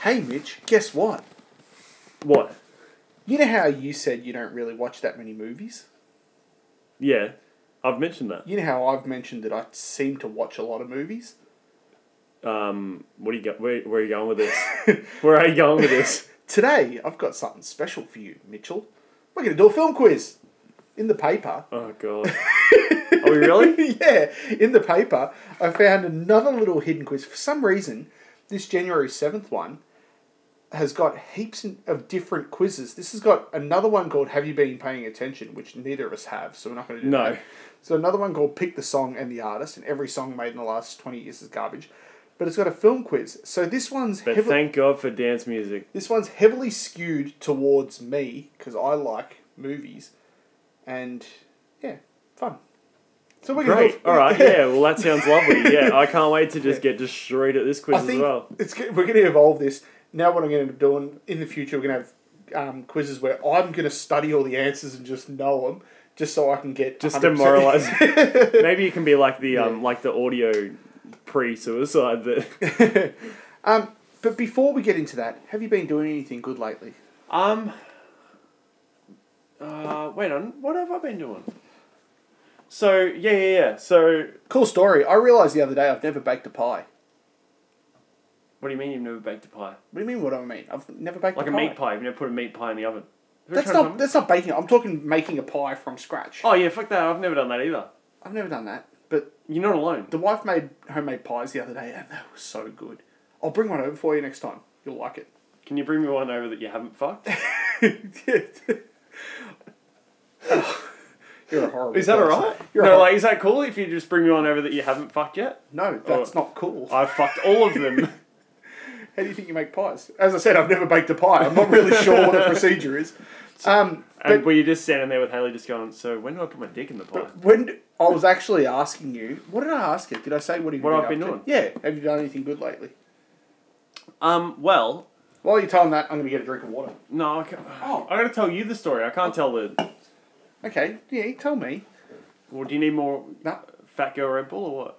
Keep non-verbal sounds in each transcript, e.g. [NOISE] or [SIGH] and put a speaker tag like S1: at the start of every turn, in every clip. S1: Hey, Mitch, guess what?
S2: What?
S1: You know how you said you don't really watch that many movies?
S2: Yeah, I've mentioned that.
S1: You know how I've mentioned that I seem to watch a lot of movies?
S2: Um, what are you go- where, where are you going with this? [LAUGHS] where are you going with this?
S1: Today, I've got something special for you, Mitchell. We're going to do a film quiz. In the paper.
S2: Oh god. Are we [LAUGHS] really?
S1: [LAUGHS] yeah, in the paper, I found another little hidden quiz. For some reason, this January 7th one has got heaps of different quizzes. This has got another one called Have You Been Paying Attention, which neither of us have, so we're not going to do
S2: No.
S1: that. So another one called Pick the Song and the Artist, and every song made in the last 20 years is garbage. But it's got a film quiz. So this one's
S2: But
S1: heavily-
S2: thank God for dance music.
S1: this one's heavily skewed towards me because I like movies, and yeah, fun. So we're gonna
S2: Great.
S1: go-
S2: All right. Yeah. Well, that sounds lovely. [LAUGHS] Yeah. I can't wait to just get destroyed at this
S1: I
S2: quiz as
S1: think
S2: well.
S1: it's go- we're going to evolve this. Now, what I'm going to be doing in the future, we're going to have um, quizzes where I'm going to study all the answers and just know them, just so I can get
S2: Just
S1: 100%.
S2: demoralize. [LAUGHS] Maybe you can be like the um like the audio pre-suicide that.
S1: [LAUGHS] um, but before we get into that, have you been doing anything good lately?
S2: [LAUGHS] Um. Uh, wait on. What have I been doing? So yeah, yeah, yeah. So
S1: Cool story. I realized the other day I've never baked a pie.
S2: what do you mean you've never baked a pie?
S1: What do you mean? What do I mean? I've never baked
S2: Like
S1: a
S2: a
S1: pie.
S2: meat pie. You've never put a meat pie in the oven. Who
S1: That's
S2: tried to
S1: not
S2: tell me?
S1: that's not baking. I'm talking making a pie from scratch.
S2: Oh yeah, fuck that. I've never done that either.
S1: I've never done that, but
S2: You're not alone.
S1: the wife made homemade pies the other day, and they were so good. I'll bring one over for you next time. You'll like it.
S2: Can you bring me one over that you
S1: [LAUGHS]
S2: haven't fucked?
S1: [LAUGHS] You're a horrible.
S2: Is that
S1: person.
S2: alright?
S1: You're
S2: [LAUGHS] No,
S1: a hor-
S2: like is that cool if you just bring me one over that you haven't fucked yet?
S1: no, that's not cool.
S2: Oh. I fucked all
S1: [LAUGHS]
S2: of them.
S1: How do you think you make pies? As I said, I've never baked a pie. I'm not really sure what the procedure is. Um,
S2: [LAUGHS] and were you just standing there with Haley just going, so when do I put my dick in the pie?
S1: when d- I was actually asking you, what did I ask you? Did I say what have you
S2: What
S1: been
S2: I've been
S1: up to? Yeah, have you done anything good lately?
S2: Um, well,
S1: While you're telling that, I'm going to get a drink of water.
S2: no, I can't.
S1: Oh.
S2: I gotta tell you the story. I can't tell the.
S1: Okay, yeah, you tell me.
S2: Well, do you need more
S1: No,
S2: Fat Girl Red Bull or what?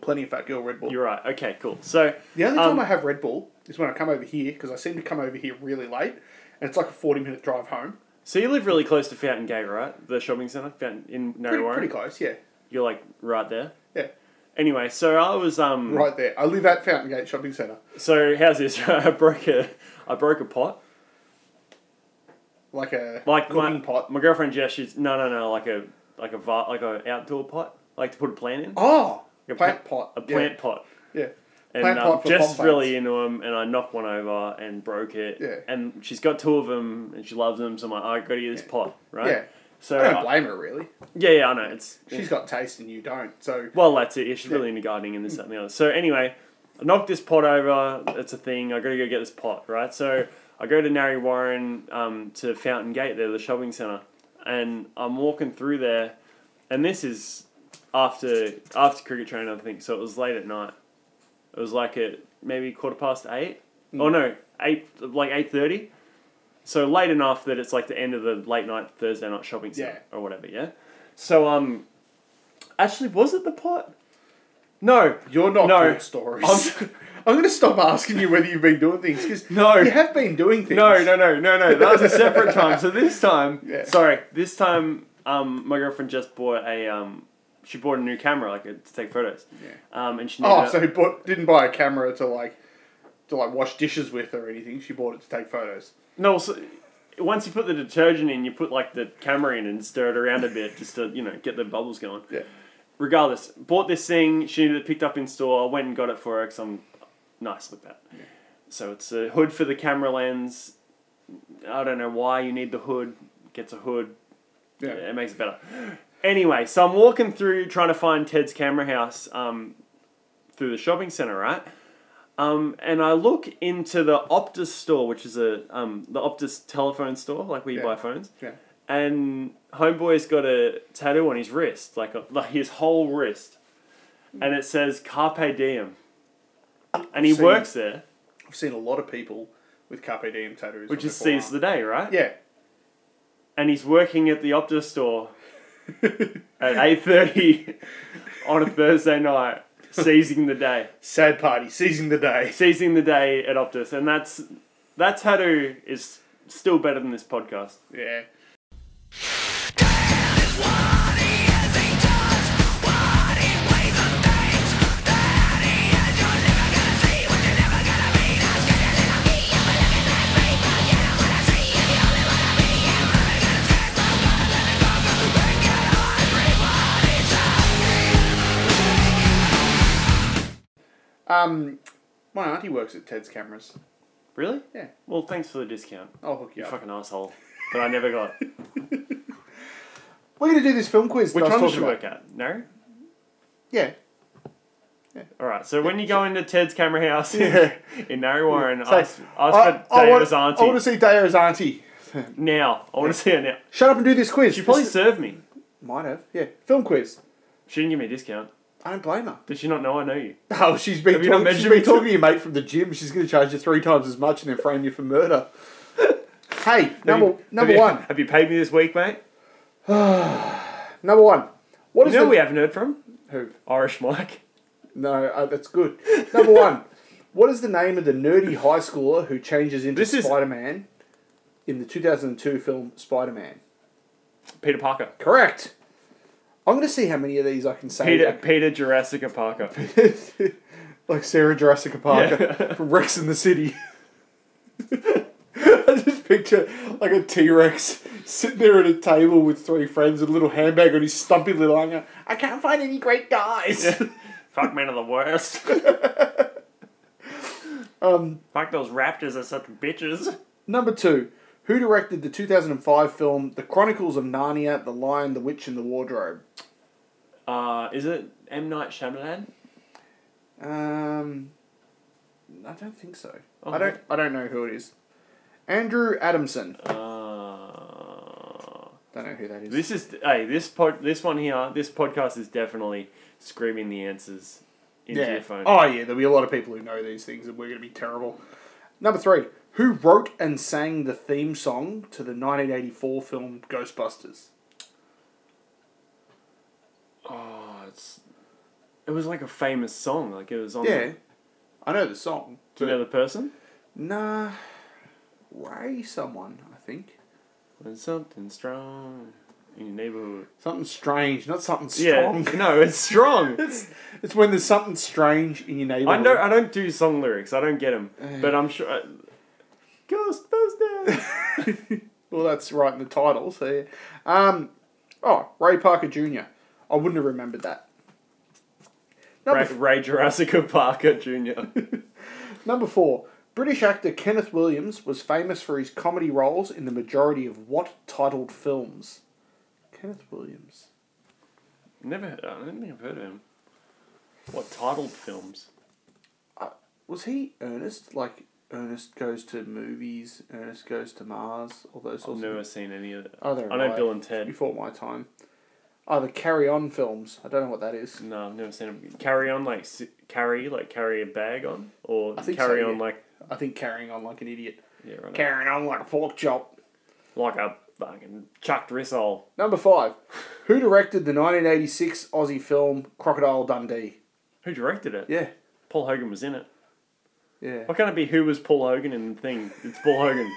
S1: plenty of fat girl Red Bull.
S2: You're right. Okay, cool. So,
S1: The only
S2: Um,
S1: time I have Red Bull is when I come over here because I seem to come over here really late, and it's like a forty-minute drive home.
S2: so you live really close to Fountain Gate, right? The shopping centre Fountain, in Narry
S1: Pretty,
S2: Warren.
S1: pretty close, yeah,
S2: You're like right there.
S1: yeah,
S2: Anyway, so I was um.
S1: right there. I live at Fountain Gate Shopping Centre.
S2: So how's this? [LAUGHS] I broke a, I broke a pot.
S1: Like a
S2: like
S1: cooking
S2: my,
S1: pot.
S2: My girlfriend Jess, she's no, no, no, like a like a va- like a outdoor pot, like to put a plant in,
S1: Oh,
S2: Like a
S1: plant
S2: pla-
S1: pot.
S2: a plant pot.
S1: Yeah. yeah.
S2: And
S1: Plant
S2: um,
S1: pot for pot
S2: Jess is
S1: plants.
S2: really into them, and I knocked one over and broke it.
S1: Yeah.
S2: And she's got two of them, and she loves them, so I'm like, I got to get this pot, right?
S1: Yeah.
S2: So
S1: I
S2: I-
S1: don't blame her really.
S2: yeah, uh, yeah, I know it's
S1: She's got taste and you don't. So
S2: well, that's it. Yeah, she's really into gardening and this, that, and the other. So anyway, I knocked this pot over. It's a thing. I gotta go get this pot, right? So I go to Narry Warren um, to Fountain Gate there, the shopping centre, and I'm walking through there, and this is after after cricket training, I think. So it was late at night. It was like at maybe quarter past eight.
S1: Mm.
S2: Oh no, eight like eight thirty. So late enough that it's like the end of the late night Thursday night shopping centre or whatever. Yeah. So um, actually, was it the pot? No,
S1: you're not
S2: No.
S1: no. stories. [LAUGHS] I'm, going to stop asking you whether you've been doing things because
S2: [LAUGHS] No.
S1: you have been doing things.
S2: no, no, no, no, no. That was a separate time.
S1: [LAUGHS]
S2: So this time,
S1: Yeah.
S2: sorry, this time, um, my girlfriend just bought a um, she bought a new camera like to take photos.
S1: Yeah.
S2: Um, and she needed
S1: Oh,
S2: a-
S1: so he bought, didn't buy a camera to like to like wash dishes with or anything. She bought it to take photos.
S2: No, so once you put the detergent in, you put like the camera in and stir it around a bit just to you know get the bubbles going.
S1: Yeah.
S2: Regardless, bought this thing. She needed it picked up in store. I went and got it for her because I'm nice like that. So it's a hood for the camera lens. I don't know why you need the hood. Gets a hood.
S1: Yeah.
S2: It makes it better. Anyway, so I'm walking through trying to find Ted's camera house um, through the shopping center, right? Um, and I look into the Optus store, which is a um, the Optus telephone store, like where you
S1: Yeah.
S2: buy phones.
S1: Yeah.
S2: And homeboy's got a tattoo on his wrist, like like his whole wrist, and it says "Carpe Diem." And he
S1: Seen-
S2: works there,
S1: I've seen a lot of people with carpe diem tattoos.
S2: which
S1: on
S2: is
S1: their
S2: seize the day, right?
S1: forearm. yeah. [LAUGHS]
S2: And he's working at the [LAUGHS] Optus store at eight thirty on a Thursday night. seizing the day,
S1: Sad party, seizing the day.
S2: seizing the day at Optus, and that's that tattoo is still better than this podcast.
S1: Yeah. Um, my auntie works at Ted's Cameras.
S2: Really?
S1: Yeah,
S2: Well, thanks for the discount.
S1: I'll hook you
S2: You
S1: up.
S2: fucking asshole. But I never got.
S1: We're gonna do this film quiz.
S2: Which
S1: that I was
S2: one did you
S1: talking
S2: work
S1: about.
S2: at? No.
S1: Yeah,
S2: All right. So when you go into Ted's camera house
S1: Yeah.
S2: [LAUGHS] in Narry Warren,
S1: Say,
S2: ask, ask for
S1: I, want,
S2: David's auntie
S1: I want to see Dayo's auntie.
S2: now. I want to see her now.
S1: Shut up and do this quiz.
S2: She probably
S1: This-
S2: served me.
S1: might have. Yeah, film quiz.
S2: She didn't give me a discount.
S1: I don't blame her. [LAUGHS]
S2: Did she not know I know you?
S1: Oh, she's been
S2: Have you not
S1: talking, she's
S2: mentioned
S1: been
S2: me?
S1: talking to your mate from the gym. She's going to charge you three times as much and then frame you for
S2: [LAUGHS]
S1: murder. hey, number
S2: Have you-
S1: number
S2: [LAUGHS] have you-
S1: one,
S2: Have you paid me this week, mate?
S1: number one. What
S2: You
S1: is
S2: know
S1: the
S2: we haven't heard from
S1: who?
S2: Irish Mike.
S1: No, uh, that's good. [LAUGHS] Number one. What is the name of the nerdy high schooler who changes into
S2: This is-
S1: Spider-Man in the 2002 film Spider-Man?
S2: Peter Parker.
S1: Correct. I'm going to see how many of these I can say.
S2: Peter Peter Jurassic [LAUGHS] Parker.
S1: like Sarah Jurassic Parker [LAUGHS]
S2: Yeah.
S1: from Rex in the City. I just picture like a T Rex sitting there at a table with three friends with a little handbag on his stumpy little hanger. I can't find any great guys.
S2: Fuck man of the [LAUGHS] worst. Fuck those raptors are such bitches.
S1: [LAUGHS] Number two, who directed the 2005 film The Chronicles of Narnia, The Lion, the Witch, and the Wardrobe?
S2: Uh, is it M Night Shyamalan?
S1: Um, I don't think so.
S2: Oh.
S1: I don't. I don't know who it is. Andrew Adamson.
S2: Uh,
S1: Don't know who that is.
S2: this is hey this pod this one here this podcast is definitely screaming the answers into
S1: yeah.
S2: your phone.
S1: Oh yeah, there'll be a lot of people who know these things, and we're going to be terrible. Number three, who wrote and sang the theme song to the 1984 film Ghostbusters?
S2: Oh, it's it was like a famous song. Like it was on.
S1: Yeah, I know the song.
S2: Do you know the person?
S1: Nah, Ray, someone I think
S2: When something strong in your neighborhood.
S1: something strange, not something
S2: Yeah,
S1: strong. [LAUGHS]
S2: no, it's strong.
S1: it's when there's something strange in your neighborhood.
S2: I know uh I don't do song lyrics. I don't get them, but I'm sure. uh,
S1: [LAUGHS]
S2: Ghostbusters.
S1: Well, that's right in the title. So, yeah. um, oh, Ray Parker Jr. I wouldn't have remembered that. Number
S2: Ray, Ray Jurassic Parker Jr.
S1: Number four. British actor Kenneth Williams was famous for his comedy roles in the majority of what titled films? Kenneth Williams.
S2: [LAUGHS] Never. I don't think I've heard of him. What titled films?
S1: Was he Ernest? Like Ernest goes to movies, Ernest goes to Mars, all those
S2: I've
S1: sorts of
S2: never seen any of that.
S1: Oh, they're
S2: I know
S1: right.
S2: Bill and Ted.
S1: before my time. Oh, the Carry On films. I don't know what that is.
S2: No, I've never seen them. Carry on like s- carry like carry a bag on or
S1: I think
S2: carry
S1: so,
S2: on
S1: yeah.
S2: like
S1: I think carrying on like an idiot.
S2: yeah right
S1: Carrying on like a pork chop.
S2: like a fucking chucked rissole.
S1: Number five. Who directed the 1986 Aussie film Crocodile Dundee?
S2: Who directed it?
S1: Yeah.
S2: Paul Hogan was in it.
S1: Yeah.
S2: Why can't it be who was Paul Hogan in the thing? It's
S1: [LAUGHS]
S2: Paul Hogan.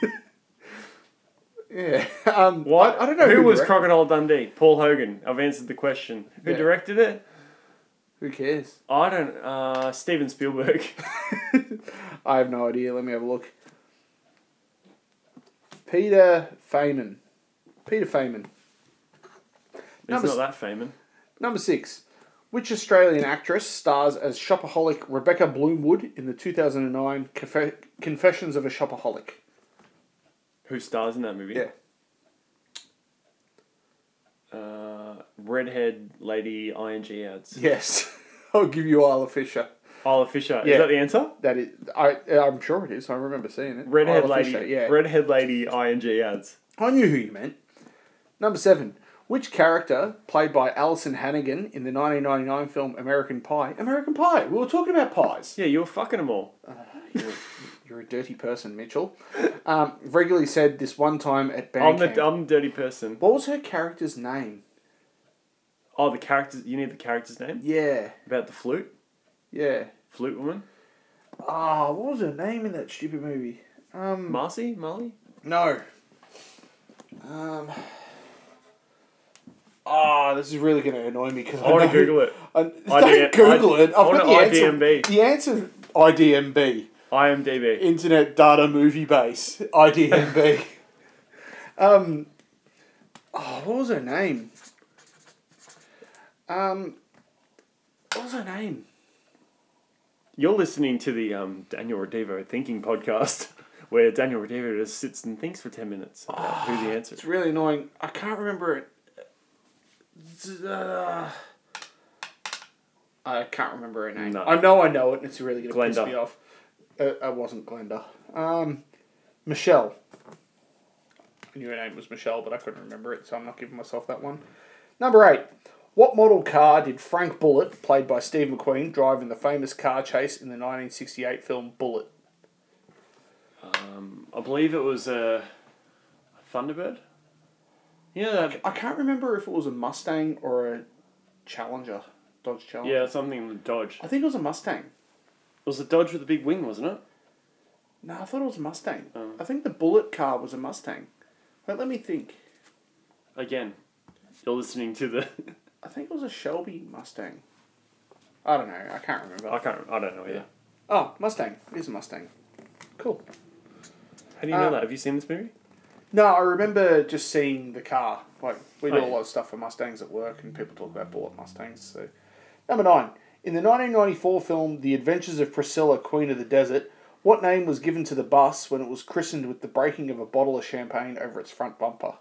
S1: Yeah. [LAUGHS] Um,
S2: What?
S1: I, I don't know
S2: Who, was
S1: direct-
S2: Crocodile Dundee? Paul Hogan. I've answered the question. Who
S1: Yeah.
S2: directed it?
S1: Who cares? [LAUGHS]
S2: I don't. Uh, Steven Spielberg. [LAUGHS]
S1: I have no idea. Let me have a look. Peter Feynman. Peter Feynman.
S2: He's
S1: Number s-
S2: not that famous.
S1: Number six. Which Australian actress stars as shopaholic Rebecca Bloomwood in the 2009 Confe- Confessions of a Shopaholic?
S2: Who stars in that movie? Uh, redhead lady ing ads.
S1: Yes. [LAUGHS] I'll give you Isla Fisher.
S2: Isla Fisher. Is
S1: Yeah.
S2: that the answer?
S1: That is, I, I'm sure it is. I remember seeing it.
S2: Redhead
S1: Isla
S2: lady.
S1: Fisher, yeah.
S2: Redhead lady ing ads.
S1: I knew who you meant. Number seven. Which character, played by Alison Hannigan in the 1999 film American Pie? American Pie! We were talking about pies.
S2: Yeah, you were fucking them all.
S1: [LAUGHS] You're, you're a dirty person, Mitchell. Um, regularly said this one time at
S2: I'm
S1: band
S2: the I'm the dirty person.
S1: What was her character's name?
S2: Oh, the characters. You need the character's name
S1: Yeah.
S2: about the flute.
S1: Yeah.
S2: Flute woman,
S1: Ah, what was her name in that stupid movie? Um,
S2: Marcy, Marley.
S1: no. Um. Ah, this is really going to annoy me because
S2: I want to Google it.
S1: I,
S2: IDM
S1: don't Google
S2: I-
S1: it. I've
S2: I
S1: got the
S2: want
S1: answer.
S2: IDMB.
S1: The answer, IDMB,
S2: IMDb.
S1: Internet Data Movie Base, IDMB. um, oh, what was her name? Um, what was her name?
S2: You're listening to the um, Daniel Redivo Thinking Podcast, [LAUGHS] where Daniel Redivo just sits and thinks for ten minutes about who the answer.
S1: It's really annoying. I can't remember it. Z- uh, I can't remember her name.
S2: No.
S1: I know I know it, and it's really going to piss
S2: Glenda.
S1: me off. Uh, I wasn't Glenda. Um, Michelle. I knew her name was Michelle, but I couldn't remember it, so I'm not giving myself that one. Number eight. What model car did Frank Bullitt, played by Steve McQueen, drive in the famous car chase in the 1968 film Bullet?
S2: I believe it was a Thunderbird. Yeah, that,
S1: I can't remember if it was a Mustang or a Challenger. Dodge Challenger.
S2: yeah, something with Dodge.
S1: I
S2: It
S1: think it was a Mustang.
S2: was the Dodge with the big wing, wasn't it?
S1: No, I thought it was a Mustang.
S2: Oh.
S1: I think the bullet car was a Mustang. But let me think.
S2: Again, you're listening to the. [LAUGHS]
S1: I think it was a Shelby Mustang. I don't know. I can't remember.
S2: I can't. I don't know. Yeah.
S1: Oh, Mustang. It is a Mustang. Cool.
S2: How do you
S1: Uh,
S2: know that? Have you seen this movie?
S1: No, I remember just seeing the car. Like, we do
S2: Oh,
S1: a
S2: yeah.
S1: lot of stuff for Mustangs at work, and people talk about bullet Mustangs. So, Number nine. In the 1994 film The Adventures of Priscilla, Queen of the Desert, what name was given to the bus when it was christened with the breaking of a bottle of champagne over its front bumper?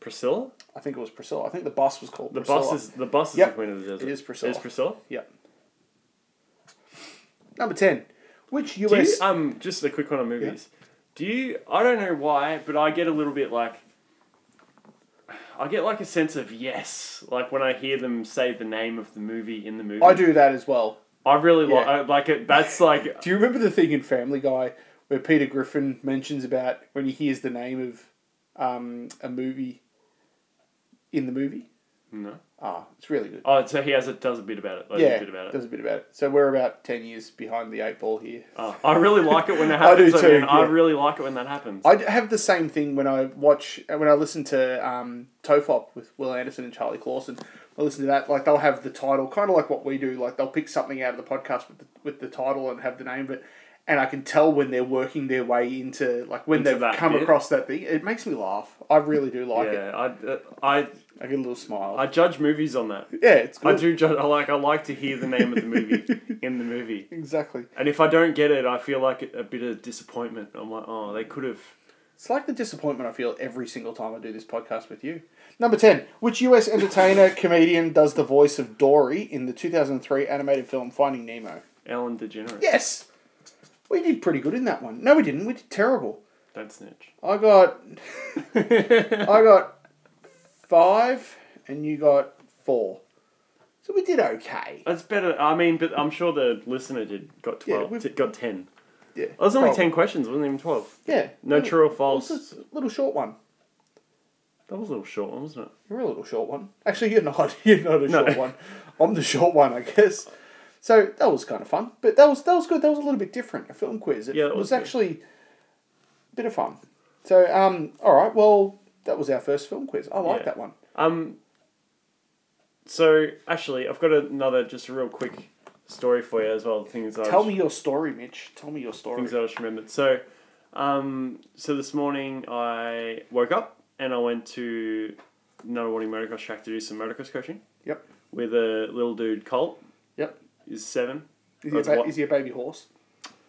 S2: Priscilla.
S1: I think it was Priscilla. I think the bus was called
S2: The
S1: Priscilla.
S2: bus is the bus is
S1: Yep.
S2: the queen of the desert.
S1: It is Priscilla.
S2: It's Priscilla.
S1: Yep. Number 10. Which
S2: Do you,
S1: US.
S2: um, just a quick one on movies. Do you? I don't know why, but I get a little bit like. I get like a sense of yes, like when I hear them say the name of the movie in the movie.
S1: I do that as well.
S2: I really li-
S1: Yeah.
S2: I like it. That's like
S1: Do you remember the thing in Family Guy where Peter Griffin mentions about when he hears the name of um, a movie in the movie?
S2: no.
S1: Ah, it's really good.
S2: Oh, so he has it does a bit about it. Like,
S1: yeah,
S2: a bit about it.
S1: there's a bit about it. So we're about 10 years behind the eight ball here.
S2: Oh, I really like it when
S1: [LAUGHS]
S2: that
S1: I do
S2: happens. I,
S1: too,
S2: mean, I
S1: yeah.
S2: really like it when that happens.
S1: I have the same thing when I watch when I listen to um, Tofop with Will Anderson and Charlie Clausen. I listen to that like they'll have the title, kind of like what we do. Like they'll pick something out of the podcast with the, with the title and have the name of it, and I can tell when they're working their way into like when
S2: Into
S1: they've
S2: that
S1: come
S2: bit.
S1: across that thing. It makes me laugh. I really do like it.
S2: yeah, I, uh, I
S1: I get a little smile.
S2: I judge movies on that.
S1: yeah, it's
S2: I
S1: good.
S2: do judge. I like I like to hear the name of the
S1: [LAUGHS]
S2: movie in the movie.
S1: Exactly.
S2: And if I don't get it, I feel like a bit of disappointment. I'm like, oh, they could have.
S1: It's like the disappointment I feel every single time I do this podcast with you. Number 10. Which US entertainer [LAUGHS] comedian does the voice of Dory in the 2003 animated film Finding Nemo?
S2: Ellen DeGeneres.
S1: Yes! We did pretty good in that one. No, we didn't. We did terrible.
S2: Don't snitch.
S1: I got. [LAUGHS] I got five, and you got four. So we did okay.
S2: That's better. I mean, but I'm sure the listener did got
S1: Yeah,
S2: twelve.
S1: we've-
S2: t- got ten.
S1: Yeah.
S2: It was only
S1: Probably.
S2: ten questions. It wasn't even twelve.
S1: Yeah.
S2: No
S1: Little-
S2: true or false.
S1: Just a little short one.
S2: That was a little short one, wasn't it?
S1: You're a little short one. Actually, you're not. [LAUGHS] You're not a
S2: No.
S1: short one. I'm the short one, I guess. So that was kind of fun, but that was that was good. That was a little bit different. A film quiz. It
S2: Yeah, that
S1: was,
S2: was good.
S1: actually a bit of fun. So um, all right. Well, that was our first film quiz. I like
S2: Yeah.
S1: that one.
S2: Um. So actually, I've got another just a real quick story for you as well. Things I
S1: Tell
S2: was-
S1: me your story, Mitch. Tell me your story.
S2: things that I just remembered. So, um, so this morning I woke up and I went to Nuttawatting Motocross Track to do some motocross coaching
S1: Yep.
S2: with a little dude, Colt.
S1: Yep.
S2: Is seven.
S1: Is he, a
S2: That's
S1: ba-
S2: what-
S1: is he a baby horse?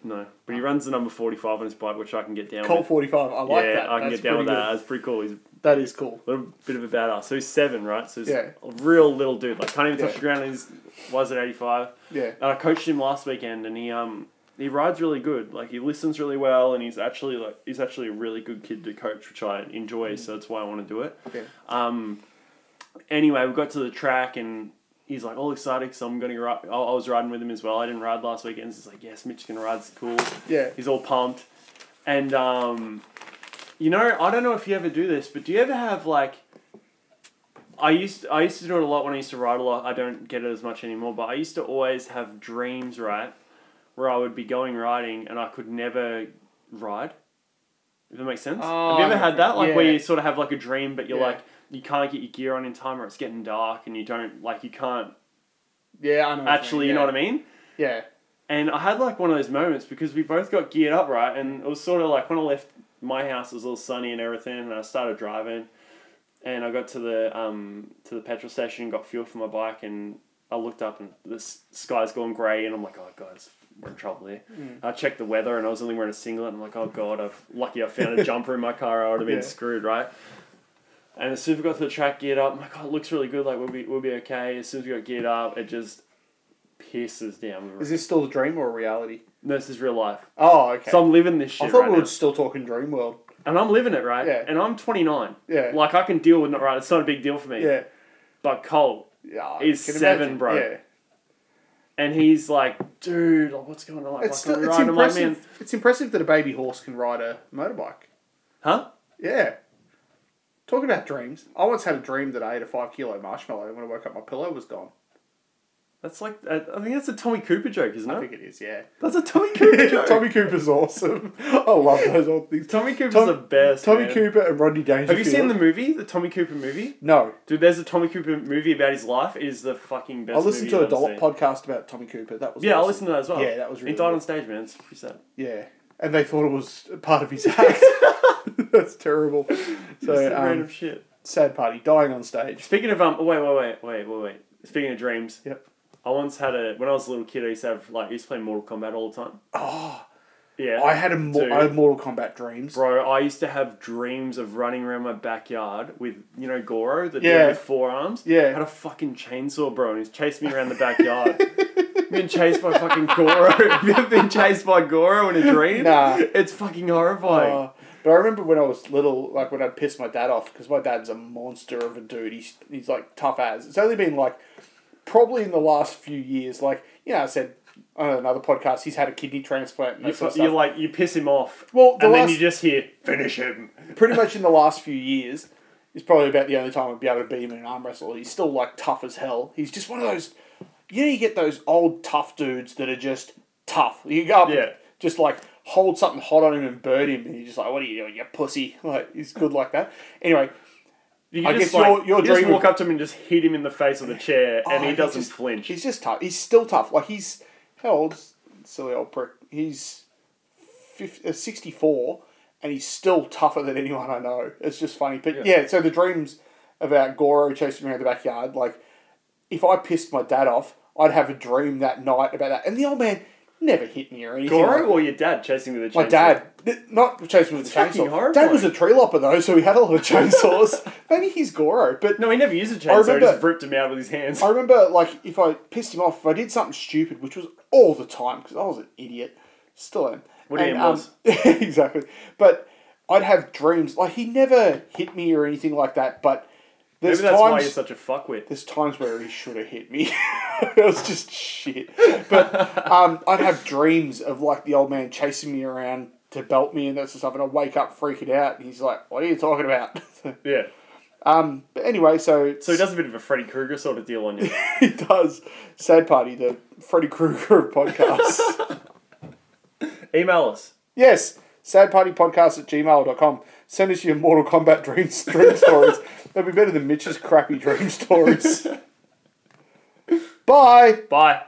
S2: No, but he runs the number forty-five on his bike, which I can get down.
S1: Colt
S2: with.
S1: forty five. I like
S2: yeah,
S1: that.
S2: I can
S1: That's
S2: get down with
S1: pretty
S2: that.
S1: good.
S2: That's pretty cool. He's
S1: That is cool.
S2: a little bit of a badass. So he's seven, right? So he's
S1: Yeah.
S2: a real little dude. Like can't even touch
S1: Yeah.
S2: the ground. And he's was at eighty-five.
S1: Yeah.
S2: And I coached him last weekend, and he um he rides really good. Like he listens really well, and he's actually like he's actually a really good kid to coach, which I enjoy. So that's why I want to do it.
S1: Yeah.
S2: Um. Anyway, we got to the track, and he's like all excited because I'm gonna ride. I I was riding with him as well. I didn't ride last weekend. So he's like, yes, Mitch can ride. It's cool.
S1: Yeah.
S2: He's all pumped, and um, you know, I don't know if you ever do this, but do you ever have like I used I used to do it a lot when I used to ride a lot. I don't get it as much anymore, but I used to always have dreams, right, where I would be going riding and I could never ride. If that makes sense.
S3: Oh,
S2: have you ever had that? Like where
S3: yeah.
S2: you sort of have like a dream, but you're
S1: Um, Yeah.
S2: like you can't get your gear on in time, or it's getting dark, and you don't like you can't
S1: Yeah, I know. what you
S2: actually.
S1: mean,
S2: You know what I mean?
S1: Yeah.
S2: And I had like one of those moments because we both got geared up, right? And it was sort of like when I left my house, it was all sunny and everything, and I started driving. And I got to the um, to the petrol station, got fuel for my bike, and I looked up and the s- sky's gone grey, and I'm like, oh god, it's, we're in trouble here. I checked the weather, and I was only wearing a singlet. And I'm like, oh god, I've lucky I found a jumper in my car. I would have been
S1: Yeah.
S2: screwed, right? And as soon as we got to the track geared up, I'm like, oh, it looks really good. Like we'll be we'll be okay. As soon as we got geared up, it just pisses down. We
S1: Yeah.
S2: were
S1: Is this still a dream or a reality?
S2: no, this is real life.
S1: Oh, okay.
S2: So I'm living this shit
S1: I thought
S2: right
S1: we were
S2: now.
S1: still talking dream world.
S2: And I'm living it, right?
S1: Yeah.
S2: And I'm 29.
S1: Yeah.
S2: Like, I can deal with it, right? It's not a big deal for me.
S1: yeah.
S2: But Cole,
S1: Yeah. I
S2: He's
S1: can
S2: seven,
S1: imagine.
S2: bro.
S1: Yeah.
S2: and he's like, dude, like, what's going on? Like,
S1: It's,
S2: why
S1: still,
S2: can't we
S1: it's
S2: ride? I'm like,
S1: impressive.
S2: man,
S1: it's impressive that a baby horse can ride a motorbike.
S2: huh?
S1: Yeah. Talking about dreams, I once had a dream that I ate a five kilo marshmallow, and when I woke up, my pillow was gone.
S2: That's like, I I think that's a Tommy Cooper joke, isn't
S1: I
S2: it?
S1: think it is,
S2: [LAUGHS]
S1: yeah.
S2: That's a Tommy Cooper
S1: [LAUGHS]
S2: joke.
S1: Tommy
S2: Tommy,
S1: Cooper's awesome. I love those old things.
S2: Cooper's
S1: Tom-
S2: the best.
S1: Tommy
S2: man.
S1: Cooper and Rodney Dangerfield.
S2: Have you seen the movie, the Tommy Cooper movie?
S1: No,
S2: Dude, there's a Tommy Cooper movie about his life. It is the fucking best.
S1: I listened
S2: movie
S1: to
S2: I've
S1: a
S2: ever
S1: Dollop
S2: seen.
S1: podcast about Tommy Cooper. That was
S2: Yeah, I
S1: awesome.
S2: listened to that as well.
S1: Yeah, that was really
S2: He died
S1: good.
S2: on stage, man. It's pretty sad.
S1: Yeah, and they thought it was part
S2: [LAUGHS]
S1: of his act. [LAUGHS] That's terrible.
S2: Just
S1: So
S2: random
S1: um,
S2: shit.
S1: sad party, dying on stage.
S2: Speaking of um, oh, wait, wait, wait, wait, wait, wait. Speaking of dreams,
S1: Yep.
S2: I once had a when I was a little kid. I used to have like I used to play Mortal Kombat all the time.
S1: Oh,
S2: Yeah,
S1: I had a mo-
S2: Dude.
S1: I had Mortal Kombat dreams.
S2: bro. I used to have dreams of running around my backyard with you know Goro, the
S1: Yeah.
S2: dude with four arms.
S1: Yeah.
S2: had a fucking chainsaw, bro, and he's chased me around the backyard. [LAUGHS] Been chased by fucking Goro. [LAUGHS] Been chased by Goro in a dream.
S1: Nah.
S2: it's fucking horrifying.
S1: Uh, but I remember when I was little, like when I'd piss my dad off because my dad's a monster of a dude. He's he's like tough as. It's only been like probably in the last few years. Like you know, I said on another podcast, he's had a kidney transplant. And that
S2: you,
S1: sort of
S2: you
S1: stuff.
S2: like you piss him off.
S1: Oh. Well, the
S2: and then
S1: last-
S2: you just hear finish him.
S1: pretty much in the last few years is probably about the only time I'd be able to beat him in an arm wrestle. He's still like tough as hell. He's just one of those. You know, you get those old tough dudes that are just tough. You go up, and
S2: Yeah.
S1: just like hold something hot on him and burn him, and you're just like, "What are you doing, you pussy?" [LAUGHS] Like he's good like that. Anyway,
S2: You
S1: I
S2: can just
S1: guess your-
S2: like,
S1: your
S2: you just
S1: dream
S2: walk
S1: would-
S2: up to him and just hit him in the face with a chair, and
S1: Oh,
S2: he doesn't
S1: just-
S2: flinch.
S1: He's just tough. He's still tough. Like he's how old's silly old prick? He's 50, uh, sixty four, and he's still tougher than anyone I know. It's just funny, but yeah. so the dreams about Goro chasing me around the backyard, like if I pissed my dad off, I'd have a dream that night about that. And the old man never hit me or anything.
S2: Goro
S1: Like,
S2: or your dad chasing with a chainsaw?
S1: my dad, th- not chasing with a
S2: fucking
S1: chainsaw.
S2: horrifying.
S1: Dad was a tree lopper though, so he had a
S2: [LAUGHS]
S1: lot of chainsaws. Maybe he's Goro, but
S2: No, he never used a chainsaw. He
S1: remember-
S2: just ripped him out with his hands.
S1: I remember, like, if I pissed him off, if I did something stupid, which was all the time, because I was an idiot, still am.
S2: What
S1: And, um,
S2: Ian was.
S1: [LAUGHS] exactly. But I'd have dreams. Like, he never hit me or anything like that, but
S2: Maybe
S1: there's
S2: that's why you're
S1: times...
S2: such a fuckwit.
S1: There's times where he should have hit me. [LAUGHS] it was just shit. But um, I'd have dreams of like the old man chasing me around to belt me and that sort of stuff, and I'd wake up freaking out, and he's like, "What are you talking about?" [LAUGHS]
S2: Yeah.
S1: um, but anyway, so
S2: So he does a bit of a Freddy Krueger sort of deal on
S1: [LAUGHS]
S2: you.
S1: he does. Sad Party, the Freddy Krueger of podcasts.
S2: Email us.
S1: yes, sadpartypodcast at gmail.com. Send us your Mortal Kombat dreams, dream stories. They'll be better than Mitch's crappy dream stories. Bye.
S2: Bye.